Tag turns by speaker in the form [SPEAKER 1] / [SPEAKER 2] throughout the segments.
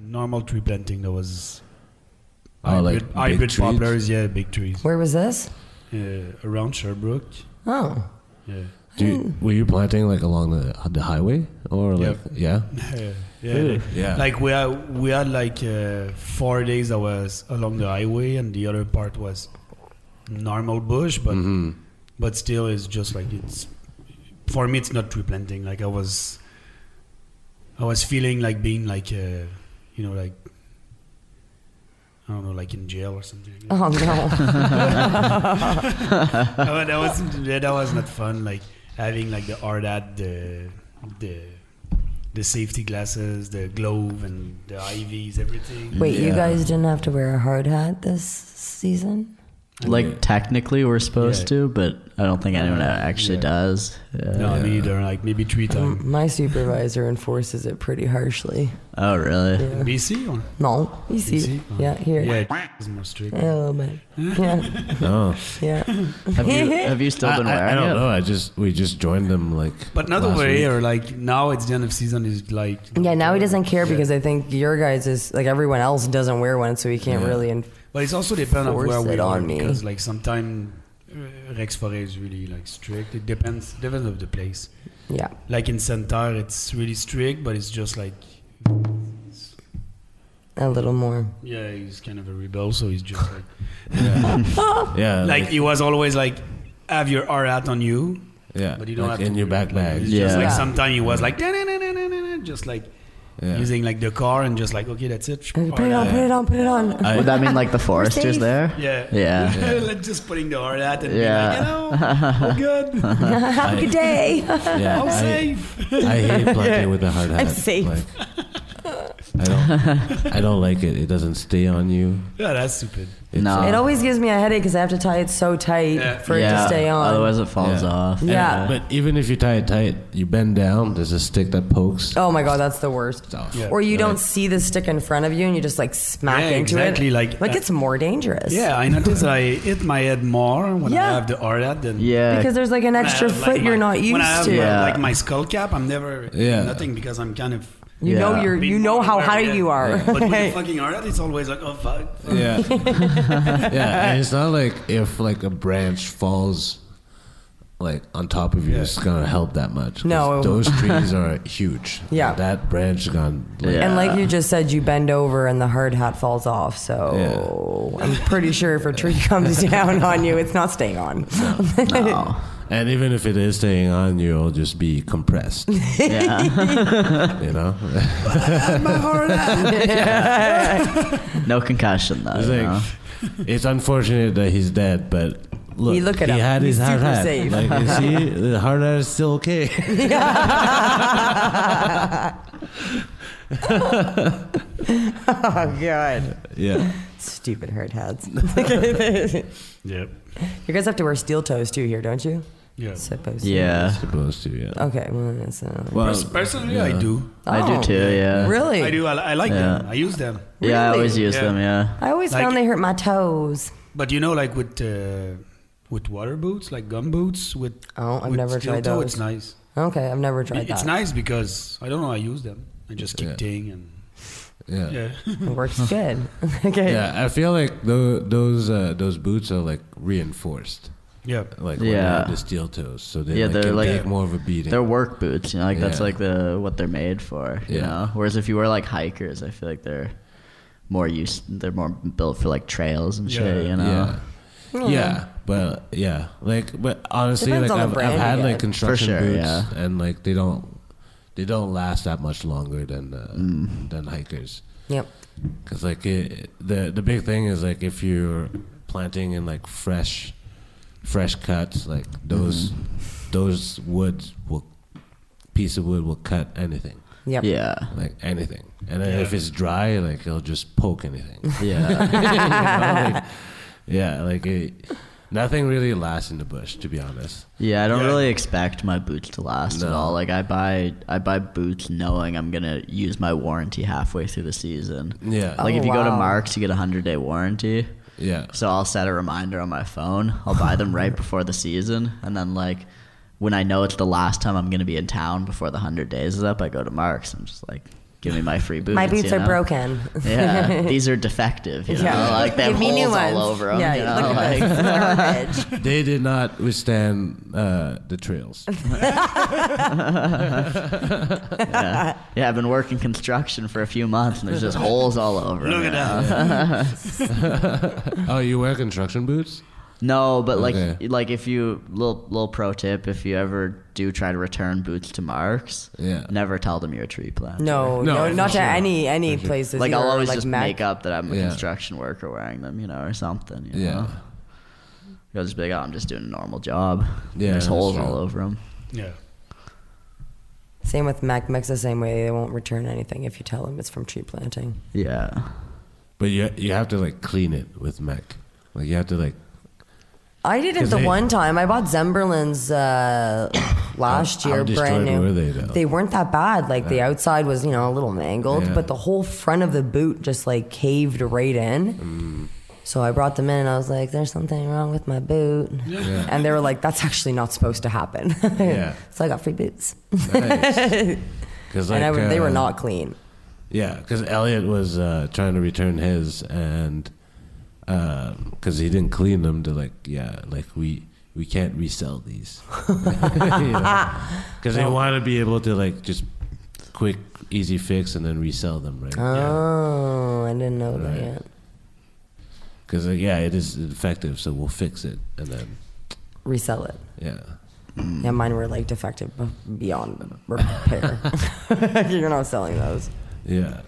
[SPEAKER 1] normal tree planting that was
[SPEAKER 2] Oh, like
[SPEAKER 1] hybrid,
[SPEAKER 2] big
[SPEAKER 1] hybrid
[SPEAKER 2] trees?
[SPEAKER 1] poplars, yeah, big trees
[SPEAKER 3] Where was this?
[SPEAKER 1] yeah, around Sherbrooke.
[SPEAKER 3] Oh,
[SPEAKER 1] Yeah,
[SPEAKER 2] Do you, were you planting like along the the highway or
[SPEAKER 1] Yeah.
[SPEAKER 2] like yeah?
[SPEAKER 1] yeah,
[SPEAKER 2] Really? Yeah.
[SPEAKER 1] Like we had, we had like uh, four days that was along the highway, and the other part was normal bush, but
[SPEAKER 2] Mhm.
[SPEAKER 1] but still, it's just like it's for me. It's not tree planting. Like I was, I was feeling like being like uh, you know like. I don't know, like in jail or something. like that.
[SPEAKER 3] oh no.
[SPEAKER 1] Oh, that was yeah, that was not fun. Like having like the art at the the the safety glasses, the glove, and the IVs, everything.
[SPEAKER 3] Wait, you
[SPEAKER 2] Yeah.
[SPEAKER 3] guys didn't have to wear a hard hat this season?
[SPEAKER 4] Like technically we're supposed
[SPEAKER 1] Yeah.
[SPEAKER 4] to, but I don't think anyone actually
[SPEAKER 1] Yeah.
[SPEAKER 4] does. Yeah.
[SPEAKER 1] No, me either. Like maybe three
[SPEAKER 3] Mm,
[SPEAKER 1] times.
[SPEAKER 3] My supervisor enforces it pretty harshly.
[SPEAKER 4] Oh, really?
[SPEAKER 3] Yeah.
[SPEAKER 1] BC or
[SPEAKER 3] No, you see,
[SPEAKER 1] BC? Oh.
[SPEAKER 3] yeah, here,
[SPEAKER 1] Yeah, it's more strict.
[SPEAKER 3] yeah, a little bit, yeah,
[SPEAKER 2] Oh,
[SPEAKER 3] yeah.
[SPEAKER 4] Have you have you still
[SPEAKER 2] I,
[SPEAKER 4] been wearing
[SPEAKER 2] I, I don't
[SPEAKER 4] it?
[SPEAKER 2] know. I just we just joined them like.
[SPEAKER 1] But not
[SPEAKER 2] last
[SPEAKER 1] over
[SPEAKER 2] week.
[SPEAKER 1] here. Like now, it's the end of season. Is like
[SPEAKER 3] Yeah, now he doesn't care because I think your guys is like everyone else doesn't wear one, so he can't really. Inf-
[SPEAKER 1] But it's also depend on
[SPEAKER 3] Force
[SPEAKER 1] where
[SPEAKER 3] it
[SPEAKER 1] we
[SPEAKER 3] on
[SPEAKER 1] are
[SPEAKER 3] me.
[SPEAKER 1] because like sometimes Rex Forest is really like strict. It depends depends of the place.
[SPEAKER 3] yeah,
[SPEAKER 1] like in Centaur, it's really strict, but it's just like
[SPEAKER 3] a little more.
[SPEAKER 1] yeah, he's kind of a rebel, so he's just like
[SPEAKER 2] Yeah,
[SPEAKER 1] like he was always like have your R hat on you,
[SPEAKER 2] yeah,
[SPEAKER 1] but you don't
[SPEAKER 2] like
[SPEAKER 1] have
[SPEAKER 2] in
[SPEAKER 1] to
[SPEAKER 2] your
[SPEAKER 1] wear it.
[SPEAKER 2] back
[SPEAKER 1] Like,
[SPEAKER 2] bag.
[SPEAKER 1] it's just
[SPEAKER 4] Yeah.
[SPEAKER 1] like sometimes he was like "Da-na-na-na-na-na," just like
[SPEAKER 2] Yeah.
[SPEAKER 1] using like the car and just like okay, that's it.
[SPEAKER 3] Okay, Put it on, put it on, put it on.
[SPEAKER 2] I-
[SPEAKER 4] Would that mean like the foresters
[SPEAKER 3] safe.
[SPEAKER 4] there?
[SPEAKER 1] Yeah.
[SPEAKER 4] Yeah.
[SPEAKER 1] like just putting the hard hat and
[SPEAKER 4] Yeah.
[SPEAKER 1] yeah. like, you know, we're good.
[SPEAKER 3] Have a good day.
[SPEAKER 2] yeah,
[SPEAKER 1] I'm
[SPEAKER 2] I-
[SPEAKER 1] safe.
[SPEAKER 2] I hate planting with a hard hat.
[SPEAKER 3] safe.
[SPEAKER 2] Like, I don't. I don't like it. It doesn't stay on you.
[SPEAKER 1] Yeah, that's stupid.
[SPEAKER 2] It's
[SPEAKER 4] No.
[SPEAKER 2] like-
[SPEAKER 3] It always gives me a headache because I have to tie it so tight
[SPEAKER 1] Yeah.
[SPEAKER 3] for it
[SPEAKER 4] Yeah,
[SPEAKER 3] to stay on.
[SPEAKER 4] Otherwise, it falls
[SPEAKER 2] Yeah.
[SPEAKER 4] off.
[SPEAKER 3] Yeah.
[SPEAKER 2] But even if you tie it tight, you bend down. There's a stick that pokes.
[SPEAKER 3] oh my god, that's the worst.
[SPEAKER 2] Stuff.
[SPEAKER 1] Yeah.
[SPEAKER 3] Or you
[SPEAKER 2] Right.
[SPEAKER 3] don't see the stick in front of you and you just like smack
[SPEAKER 1] Yeah,
[SPEAKER 3] into
[SPEAKER 1] exactly,
[SPEAKER 3] it.
[SPEAKER 1] like- uh,
[SPEAKER 3] like it's more dangerous.
[SPEAKER 1] Yeah, I noticed that I hit my head more when
[SPEAKER 3] Yeah.
[SPEAKER 1] I have the hard hat than
[SPEAKER 4] Yeah.
[SPEAKER 3] Because there's like an
[SPEAKER 1] I
[SPEAKER 3] extra
[SPEAKER 1] have,
[SPEAKER 3] foot
[SPEAKER 1] like, my-
[SPEAKER 3] you're not used
[SPEAKER 1] when I have,
[SPEAKER 3] to.
[SPEAKER 1] my-
[SPEAKER 4] Yeah.
[SPEAKER 1] like my skull cap, I'm never
[SPEAKER 2] Yeah.
[SPEAKER 1] nothing because I'm kind of.
[SPEAKER 3] You
[SPEAKER 4] Yeah.
[SPEAKER 3] know you're you know how high you are.
[SPEAKER 1] But with the fucking art, it's always like, oh fuck.
[SPEAKER 2] Yeah. yeah. And it's not like if like a branch falls like on top of you,
[SPEAKER 1] Yeah.
[SPEAKER 2] it's gonna help that much. 'cause
[SPEAKER 3] No.
[SPEAKER 2] Those trees are huge.
[SPEAKER 3] Yeah.
[SPEAKER 2] That branch is gonna like,
[SPEAKER 4] Yeah.
[SPEAKER 3] And like you just said, you bend over and the hard hat falls off. So I'm pretty sure if a tree comes down on you, it's not staying on.
[SPEAKER 4] No.
[SPEAKER 2] and even if it is staying on you, it'll just be compressed.
[SPEAKER 4] yeah.
[SPEAKER 2] You know?
[SPEAKER 4] No concussion though.
[SPEAKER 2] it's
[SPEAKER 4] you know?
[SPEAKER 2] like it's unfortunate that he's dead, but look,
[SPEAKER 3] You look at
[SPEAKER 2] he
[SPEAKER 3] him.
[SPEAKER 2] had his
[SPEAKER 3] He's
[SPEAKER 2] hard
[SPEAKER 3] super
[SPEAKER 2] hat.
[SPEAKER 3] safe.
[SPEAKER 2] Like you see, the hard hat is still okay.
[SPEAKER 3] Oh god,
[SPEAKER 2] yeah.
[SPEAKER 3] stupid hard hats.
[SPEAKER 1] Yep.
[SPEAKER 3] you guys have to wear steel toes too here, don't you?
[SPEAKER 1] Yeah.
[SPEAKER 3] Supposed to.
[SPEAKER 4] yeah.
[SPEAKER 2] Supposed to, yeah.
[SPEAKER 3] Okay. Well, that's uh,
[SPEAKER 2] Well,
[SPEAKER 1] Pers- personally, I
[SPEAKER 2] yeah.
[SPEAKER 1] do.
[SPEAKER 4] I do
[SPEAKER 3] Oh.
[SPEAKER 4] too. Yeah.
[SPEAKER 3] Really?
[SPEAKER 1] I do. I, I like them. I use them.
[SPEAKER 4] Yeah. I
[SPEAKER 3] Really?
[SPEAKER 4] always use
[SPEAKER 1] Yeah.
[SPEAKER 4] them. Yeah.
[SPEAKER 3] I always
[SPEAKER 1] Like-
[SPEAKER 3] found they hurt my toes.
[SPEAKER 1] But you know, like with uh, with water boots, like gum boots, with
[SPEAKER 3] Oh, I've
[SPEAKER 1] with
[SPEAKER 3] never
[SPEAKER 1] steel
[SPEAKER 3] tried
[SPEAKER 1] toe,
[SPEAKER 3] those.
[SPEAKER 1] It's nice.
[SPEAKER 3] Okay, I've never tried
[SPEAKER 1] It's
[SPEAKER 3] that.
[SPEAKER 1] nice because I don't know. I use them. I just keep
[SPEAKER 2] Yeah.
[SPEAKER 1] ting and
[SPEAKER 2] yeah.
[SPEAKER 1] yeah.
[SPEAKER 3] It works good. okay.
[SPEAKER 2] Yeah, I feel like tho- those uh, those boots are like reinforced,
[SPEAKER 1] yeah.
[SPEAKER 2] like when
[SPEAKER 4] Yeah.
[SPEAKER 2] they have the steel toes, so they
[SPEAKER 4] Yeah,
[SPEAKER 2] like,
[SPEAKER 4] they're
[SPEAKER 2] can
[SPEAKER 4] like-
[SPEAKER 2] take more of a beating.
[SPEAKER 4] They're work boots. You know, like that's
[SPEAKER 2] Yeah.
[SPEAKER 4] like the what they're made for. You
[SPEAKER 2] Yeah.
[SPEAKER 4] know. Whereas if you wear like hikers, I feel like they're more used. They're more built for like trails and shit.
[SPEAKER 1] Yeah.
[SPEAKER 4] You know.
[SPEAKER 2] yeah. yeah, but yeah, like but honestly,
[SPEAKER 3] Depends on
[SPEAKER 2] like
[SPEAKER 3] the
[SPEAKER 2] I've, I've
[SPEAKER 3] brand
[SPEAKER 2] had
[SPEAKER 3] you
[SPEAKER 2] like
[SPEAKER 3] get.
[SPEAKER 2] construction
[SPEAKER 4] For sure,
[SPEAKER 2] boots,
[SPEAKER 4] yeah.
[SPEAKER 2] and like they don't they don't last that much longer than uh,
[SPEAKER 4] Mm.
[SPEAKER 2] than hikers.
[SPEAKER 3] Yep.
[SPEAKER 2] Because like it, the the big thing is like if you're planting in like fresh, fresh cuts, like those those woods will piece of wood will cut anything,
[SPEAKER 3] Yep.
[SPEAKER 4] Yeah.
[SPEAKER 2] like anything. And then if
[SPEAKER 1] Yeah.
[SPEAKER 2] it's dry, like it'll just poke anything.
[SPEAKER 4] Yeah.
[SPEAKER 2] You know, like- yeah, like it, nothing really lasts in the bush, to be honest.
[SPEAKER 4] Yeah, I don't
[SPEAKER 1] Yeah.
[SPEAKER 4] really expect my boots to last at
[SPEAKER 2] No.
[SPEAKER 4] all. Like I buy I buy boots knowing I'm gonna use my warranty halfway through the season.
[SPEAKER 2] Yeah,
[SPEAKER 4] Like if you go to
[SPEAKER 3] wow.
[SPEAKER 4] Marks, you get a hundred day warranty.
[SPEAKER 2] yeah,
[SPEAKER 4] So I'll set a reminder on my phone. I'll buy them right before the season, and then like when I know it's the last time I'm gonna be in town before the hundred days is up, I go to Marks. I'm just like, give me my free boots.
[SPEAKER 3] My boots
[SPEAKER 4] you
[SPEAKER 3] are
[SPEAKER 4] know?
[SPEAKER 3] broken.
[SPEAKER 4] Yeah, these are defective. You know,
[SPEAKER 3] Yeah.
[SPEAKER 4] like they have
[SPEAKER 3] Give me new
[SPEAKER 4] holes all
[SPEAKER 3] ones.
[SPEAKER 4] over them.
[SPEAKER 3] Yeah,
[SPEAKER 4] you know,
[SPEAKER 3] look at
[SPEAKER 4] like-
[SPEAKER 3] this garbage.
[SPEAKER 2] They did not withstand uh, the trails.
[SPEAKER 4] yeah. yeah, I've been working construction for a few months, and there's just holes all over. 'em,
[SPEAKER 1] Look at
[SPEAKER 4] you know?
[SPEAKER 2] oh, you wear construction boots?
[SPEAKER 4] No, but like
[SPEAKER 2] Okay.
[SPEAKER 4] like if you little little pro tip, if you ever do try to return boots to marks,
[SPEAKER 2] Yeah.
[SPEAKER 4] never tell them you're a tree planter.
[SPEAKER 3] No,
[SPEAKER 2] No,
[SPEAKER 3] no,
[SPEAKER 2] for
[SPEAKER 3] not
[SPEAKER 2] sure.
[SPEAKER 3] to any any
[SPEAKER 2] For sure.
[SPEAKER 3] places.
[SPEAKER 4] Like
[SPEAKER 3] either,
[SPEAKER 4] I'll always
[SPEAKER 3] like
[SPEAKER 4] just
[SPEAKER 3] Mac-
[SPEAKER 4] make up that I'm a
[SPEAKER 2] Yeah.
[SPEAKER 4] construction worker wearing them, you know, or something. You
[SPEAKER 2] Yeah.
[SPEAKER 4] Know? You'll just be like, oh, I'm just doing a normal job.
[SPEAKER 2] Yeah,
[SPEAKER 4] There's
[SPEAKER 2] that's
[SPEAKER 4] holes
[SPEAKER 2] true.
[SPEAKER 4] all over them.
[SPEAKER 1] Yeah.
[SPEAKER 3] Same with Mac Mix the same way. They won't return anything if you tell them it's from tree planting.
[SPEAKER 4] Yeah.
[SPEAKER 2] But you you have to like clean it with mech. Like you have to like
[SPEAKER 3] I did it
[SPEAKER 2] 'Cause
[SPEAKER 3] the
[SPEAKER 2] they-
[SPEAKER 3] one time. I bought Zemberlins uh, last
[SPEAKER 2] How- how
[SPEAKER 3] year,
[SPEAKER 2] destroyed
[SPEAKER 3] brand new.
[SPEAKER 2] were they, though?
[SPEAKER 3] weren't that bad. Like the outside was, you know, a little mangled,
[SPEAKER 2] Yeah.
[SPEAKER 3] but the whole front of the boot just like caved right in.
[SPEAKER 2] Mm.
[SPEAKER 3] So I brought them in and I was like, "There's something wrong with my boot," and they were like, "That's actually not supposed to happen."
[SPEAKER 2] Yeah.
[SPEAKER 3] so I got free boots,
[SPEAKER 2] nice. Cause
[SPEAKER 3] and I,
[SPEAKER 2] like,
[SPEAKER 3] they were
[SPEAKER 2] uh,
[SPEAKER 3] not clean.
[SPEAKER 2] Yeah, because Elliot was uh, trying to return his, and because he didn't clean them, to like, yeah, like we we can't resell these because they want to be able to like just quick, easy fix and then resell them, right?
[SPEAKER 3] Oh, I didn't know
[SPEAKER 2] Right.
[SPEAKER 3] that yet.
[SPEAKER 2] Because like, yeah, it is effective, so we'll fix it and then
[SPEAKER 3] Resell it.
[SPEAKER 2] yeah, Mm.
[SPEAKER 3] Yeah, mine were like defective b- beyond repair. You're not selling those.
[SPEAKER 2] yeah,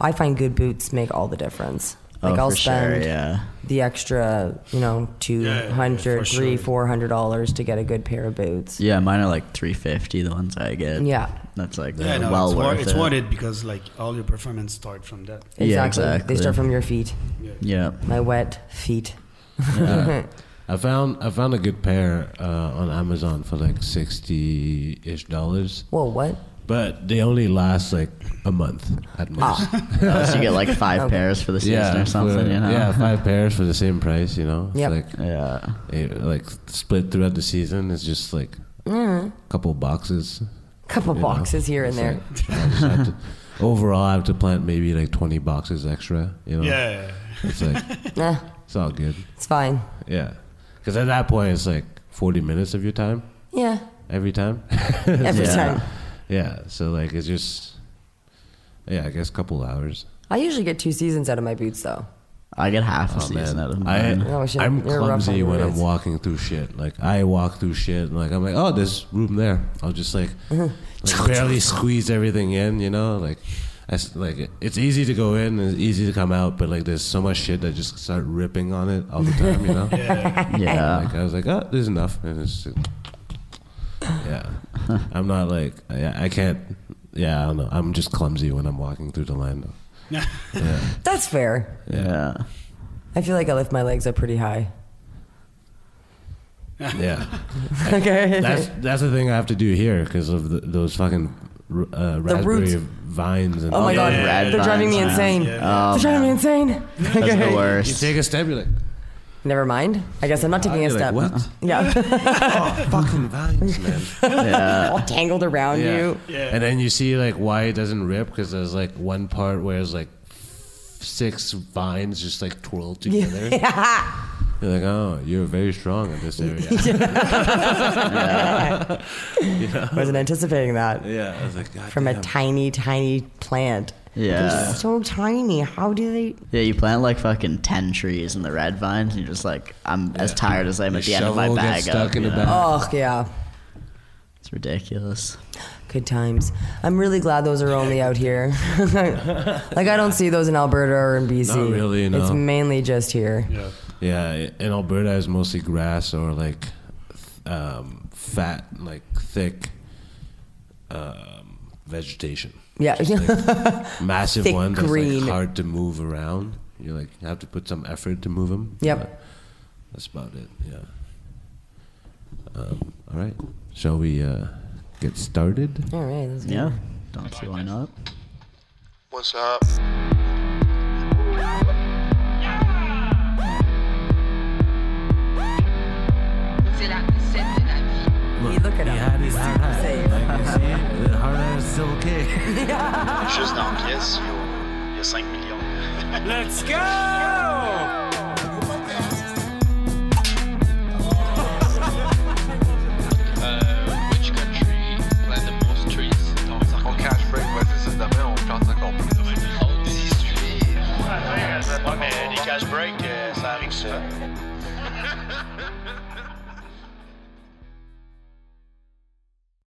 [SPEAKER 3] I find good boots make all the difference.
[SPEAKER 4] Oh,
[SPEAKER 3] Like I'll
[SPEAKER 4] for sure,
[SPEAKER 3] spend
[SPEAKER 4] yeah.
[SPEAKER 3] the extra, you know, two
[SPEAKER 1] yeah,
[SPEAKER 3] hundred,
[SPEAKER 1] for sure.
[SPEAKER 3] three, four hundred dollars to get a good pair of boots.
[SPEAKER 4] Yeah, mine are like 350 the ones I get.
[SPEAKER 3] Yeah.
[SPEAKER 4] That's like
[SPEAKER 1] Yeah, no,
[SPEAKER 4] well
[SPEAKER 1] it's,
[SPEAKER 4] worth
[SPEAKER 1] worth,
[SPEAKER 4] it.
[SPEAKER 1] it's worth it because like all your performance start from that.
[SPEAKER 4] Yeah, exactly.
[SPEAKER 3] They start from your feet.
[SPEAKER 1] Yeah.
[SPEAKER 4] Yeah.
[SPEAKER 3] My wet feet.
[SPEAKER 2] I found I found a good pair uh, on Amazon for like sixty ish dollars,
[SPEAKER 3] Whoa, what?
[SPEAKER 2] but they only last like a month at most.
[SPEAKER 3] Ah.
[SPEAKER 4] Unless you get like five pairs for the season or something,
[SPEAKER 2] for-
[SPEAKER 4] you know?
[SPEAKER 2] Yeah, five pairs for the same price, you know? It's
[SPEAKER 3] Yep.
[SPEAKER 2] Like,
[SPEAKER 4] Yeah.
[SPEAKER 2] it, like split throughout the season It's just like a couple boxes.
[SPEAKER 3] Couple
[SPEAKER 2] you know?
[SPEAKER 3] boxes Mm-hmm. here
[SPEAKER 2] It's
[SPEAKER 3] and there.
[SPEAKER 2] like, I just have to- overall, I have to plant maybe like 20 boxes extra, you know?
[SPEAKER 1] Yeah.
[SPEAKER 2] It's like,
[SPEAKER 3] Nah,
[SPEAKER 2] it's all good.
[SPEAKER 3] it's fine.
[SPEAKER 2] Yeah. Because at that point, it's like 40 minutes of your time
[SPEAKER 3] Yeah,
[SPEAKER 2] every time.
[SPEAKER 3] every
[SPEAKER 4] Yeah.
[SPEAKER 3] time.
[SPEAKER 2] yeah. So, like, it's just, yeah, I guess a couple hours.
[SPEAKER 3] I usually get two seasons out of my boots though.
[SPEAKER 4] I get half a
[SPEAKER 2] Oh,
[SPEAKER 4] season
[SPEAKER 2] man.
[SPEAKER 4] out of
[SPEAKER 2] I,
[SPEAKER 4] mine.
[SPEAKER 3] No, we should-
[SPEAKER 2] I'm
[SPEAKER 3] you're rough on
[SPEAKER 2] clumsy
[SPEAKER 3] your
[SPEAKER 2] when I'm
[SPEAKER 3] roots.
[SPEAKER 2] walking through shit. Like I walk through shit, and like I'm like, oh, there's room there. I'll just like, like barely squeeze everything in, you know. Like, I s like it's easy to go in, and it's easy to come out, but like there's so much shit that just start ripping on it all the time, you know.
[SPEAKER 1] Yeah.
[SPEAKER 4] yeah.
[SPEAKER 2] Like I was like, oh, there's enough, and it's just, yeah. I'm not like I, I can't. Yeah, I don't know. I'm just clumsy when I'm walking through the land. Yeah,
[SPEAKER 3] That's fair.
[SPEAKER 4] Yeah.
[SPEAKER 3] I feel like I lift my legs up pretty high.
[SPEAKER 2] yeah.
[SPEAKER 3] okay.
[SPEAKER 2] that's that's the thing I have to do here because of the, those fucking uh, raspberry
[SPEAKER 3] roots.
[SPEAKER 2] vines and
[SPEAKER 3] oh my
[SPEAKER 2] all
[SPEAKER 3] god,
[SPEAKER 1] yeah,
[SPEAKER 2] that.
[SPEAKER 3] they're
[SPEAKER 1] yeah,
[SPEAKER 3] driving me
[SPEAKER 4] yeah.
[SPEAKER 3] insane.
[SPEAKER 1] Yeah.
[SPEAKER 4] Oh,
[SPEAKER 3] they're driving me insane.
[SPEAKER 4] That's the
[SPEAKER 2] You
[SPEAKER 4] worst.
[SPEAKER 2] take a step, you're like,
[SPEAKER 3] Never mind. I guess I'm not taking a
[SPEAKER 2] You're like,
[SPEAKER 3] step.
[SPEAKER 2] what?
[SPEAKER 3] Yeah.
[SPEAKER 2] oh, fucking vines, man.
[SPEAKER 4] Oh, Yeah.
[SPEAKER 3] All tangled around you.
[SPEAKER 1] Yeah.
[SPEAKER 2] And then you see like why it doesn't rip because there's like one part where it's like six vines just like twirled together. You're like, oh, you're very strong in this area.
[SPEAKER 3] Wasn't anticipating that
[SPEAKER 2] yeah, I was like, God
[SPEAKER 3] from a
[SPEAKER 2] damn.
[SPEAKER 3] tiny, tiny plant.
[SPEAKER 4] Yeah.
[SPEAKER 3] They're so tiny. How do they?
[SPEAKER 4] Yeah, you plant like fucking ten trees in the red vines, and you're just like, I'm as tired as I am
[SPEAKER 2] Your
[SPEAKER 4] at the end of my
[SPEAKER 2] shovel
[SPEAKER 4] bag.
[SPEAKER 2] gets stuck
[SPEAKER 4] up,
[SPEAKER 2] in
[SPEAKER 4] you
[SPEAKER 2] the
[SPEAKER 4] know?
[SPEAKER 2] bag.
[SPEAKER 3] Oh yeah,
[SPEAKER 4] It's ridiculous.
[SPEAKER 3] good times. I'm really glad those are only out here. like I don't see those in Alberta or in BC.
[SPEAKER 2] Not really,
[SPEAKER 3] It's
[SPEAKER 2] no.
[SPEAKER 3] mainly just here.
[SPEAKER 1] Yeah.
[SPEAKER 2] Yeah, in Alberta it's mostly grass or like um, fat, like thick um, vegetation.
[SPEAKER 3] Yeah.
[SPEAKER 2] Massive
[SPEAKER 3] Thick
[SPEAKER 2] ones that's
[SPEAKER 3] green.
[SPEAKER 2] like hard to move around. You like you have to put some effort to move them.
[SPEAKER 3] Yep.
[SPEAKER 2] that's about it. Yeah. Um, all right. Shall we uh, get started?
[SPEAKER 3] All right. That's good.
[SPEAKER 4] Yeah. Don't see why not.
[SPEAKER 5] What's up?
[SPEAKER 6] C'est la recette de la vie.
[SPEAKER 2] Look,
[SPEAKER 3] Look at
[SPEAKER 2] He
[SPEAKER 3] him.
[SPEAKER 2] had
[SPEAKER 3] He's
[SPEAKER 2] his hard
[SPEAKER 3] super
[SPEAKER 2] hat.
[SPEAKER 3] safe.
[SPEAKER 2] Like, you see, the hard hat is still okay.
[SPEAKER 6] Juste dans la pièce, il y a- il y a 5 millions.
[SPEAKER 1] Let's go!
[SPEAKER 7] which country plant the most trees? Donc, ça
[SPEAKER 5] On cash break, ouais, c'est ça. Demain, on plante encore plus.
[SPEAKER 6] Ouais, mais les cash breaks, ça arrive souvent.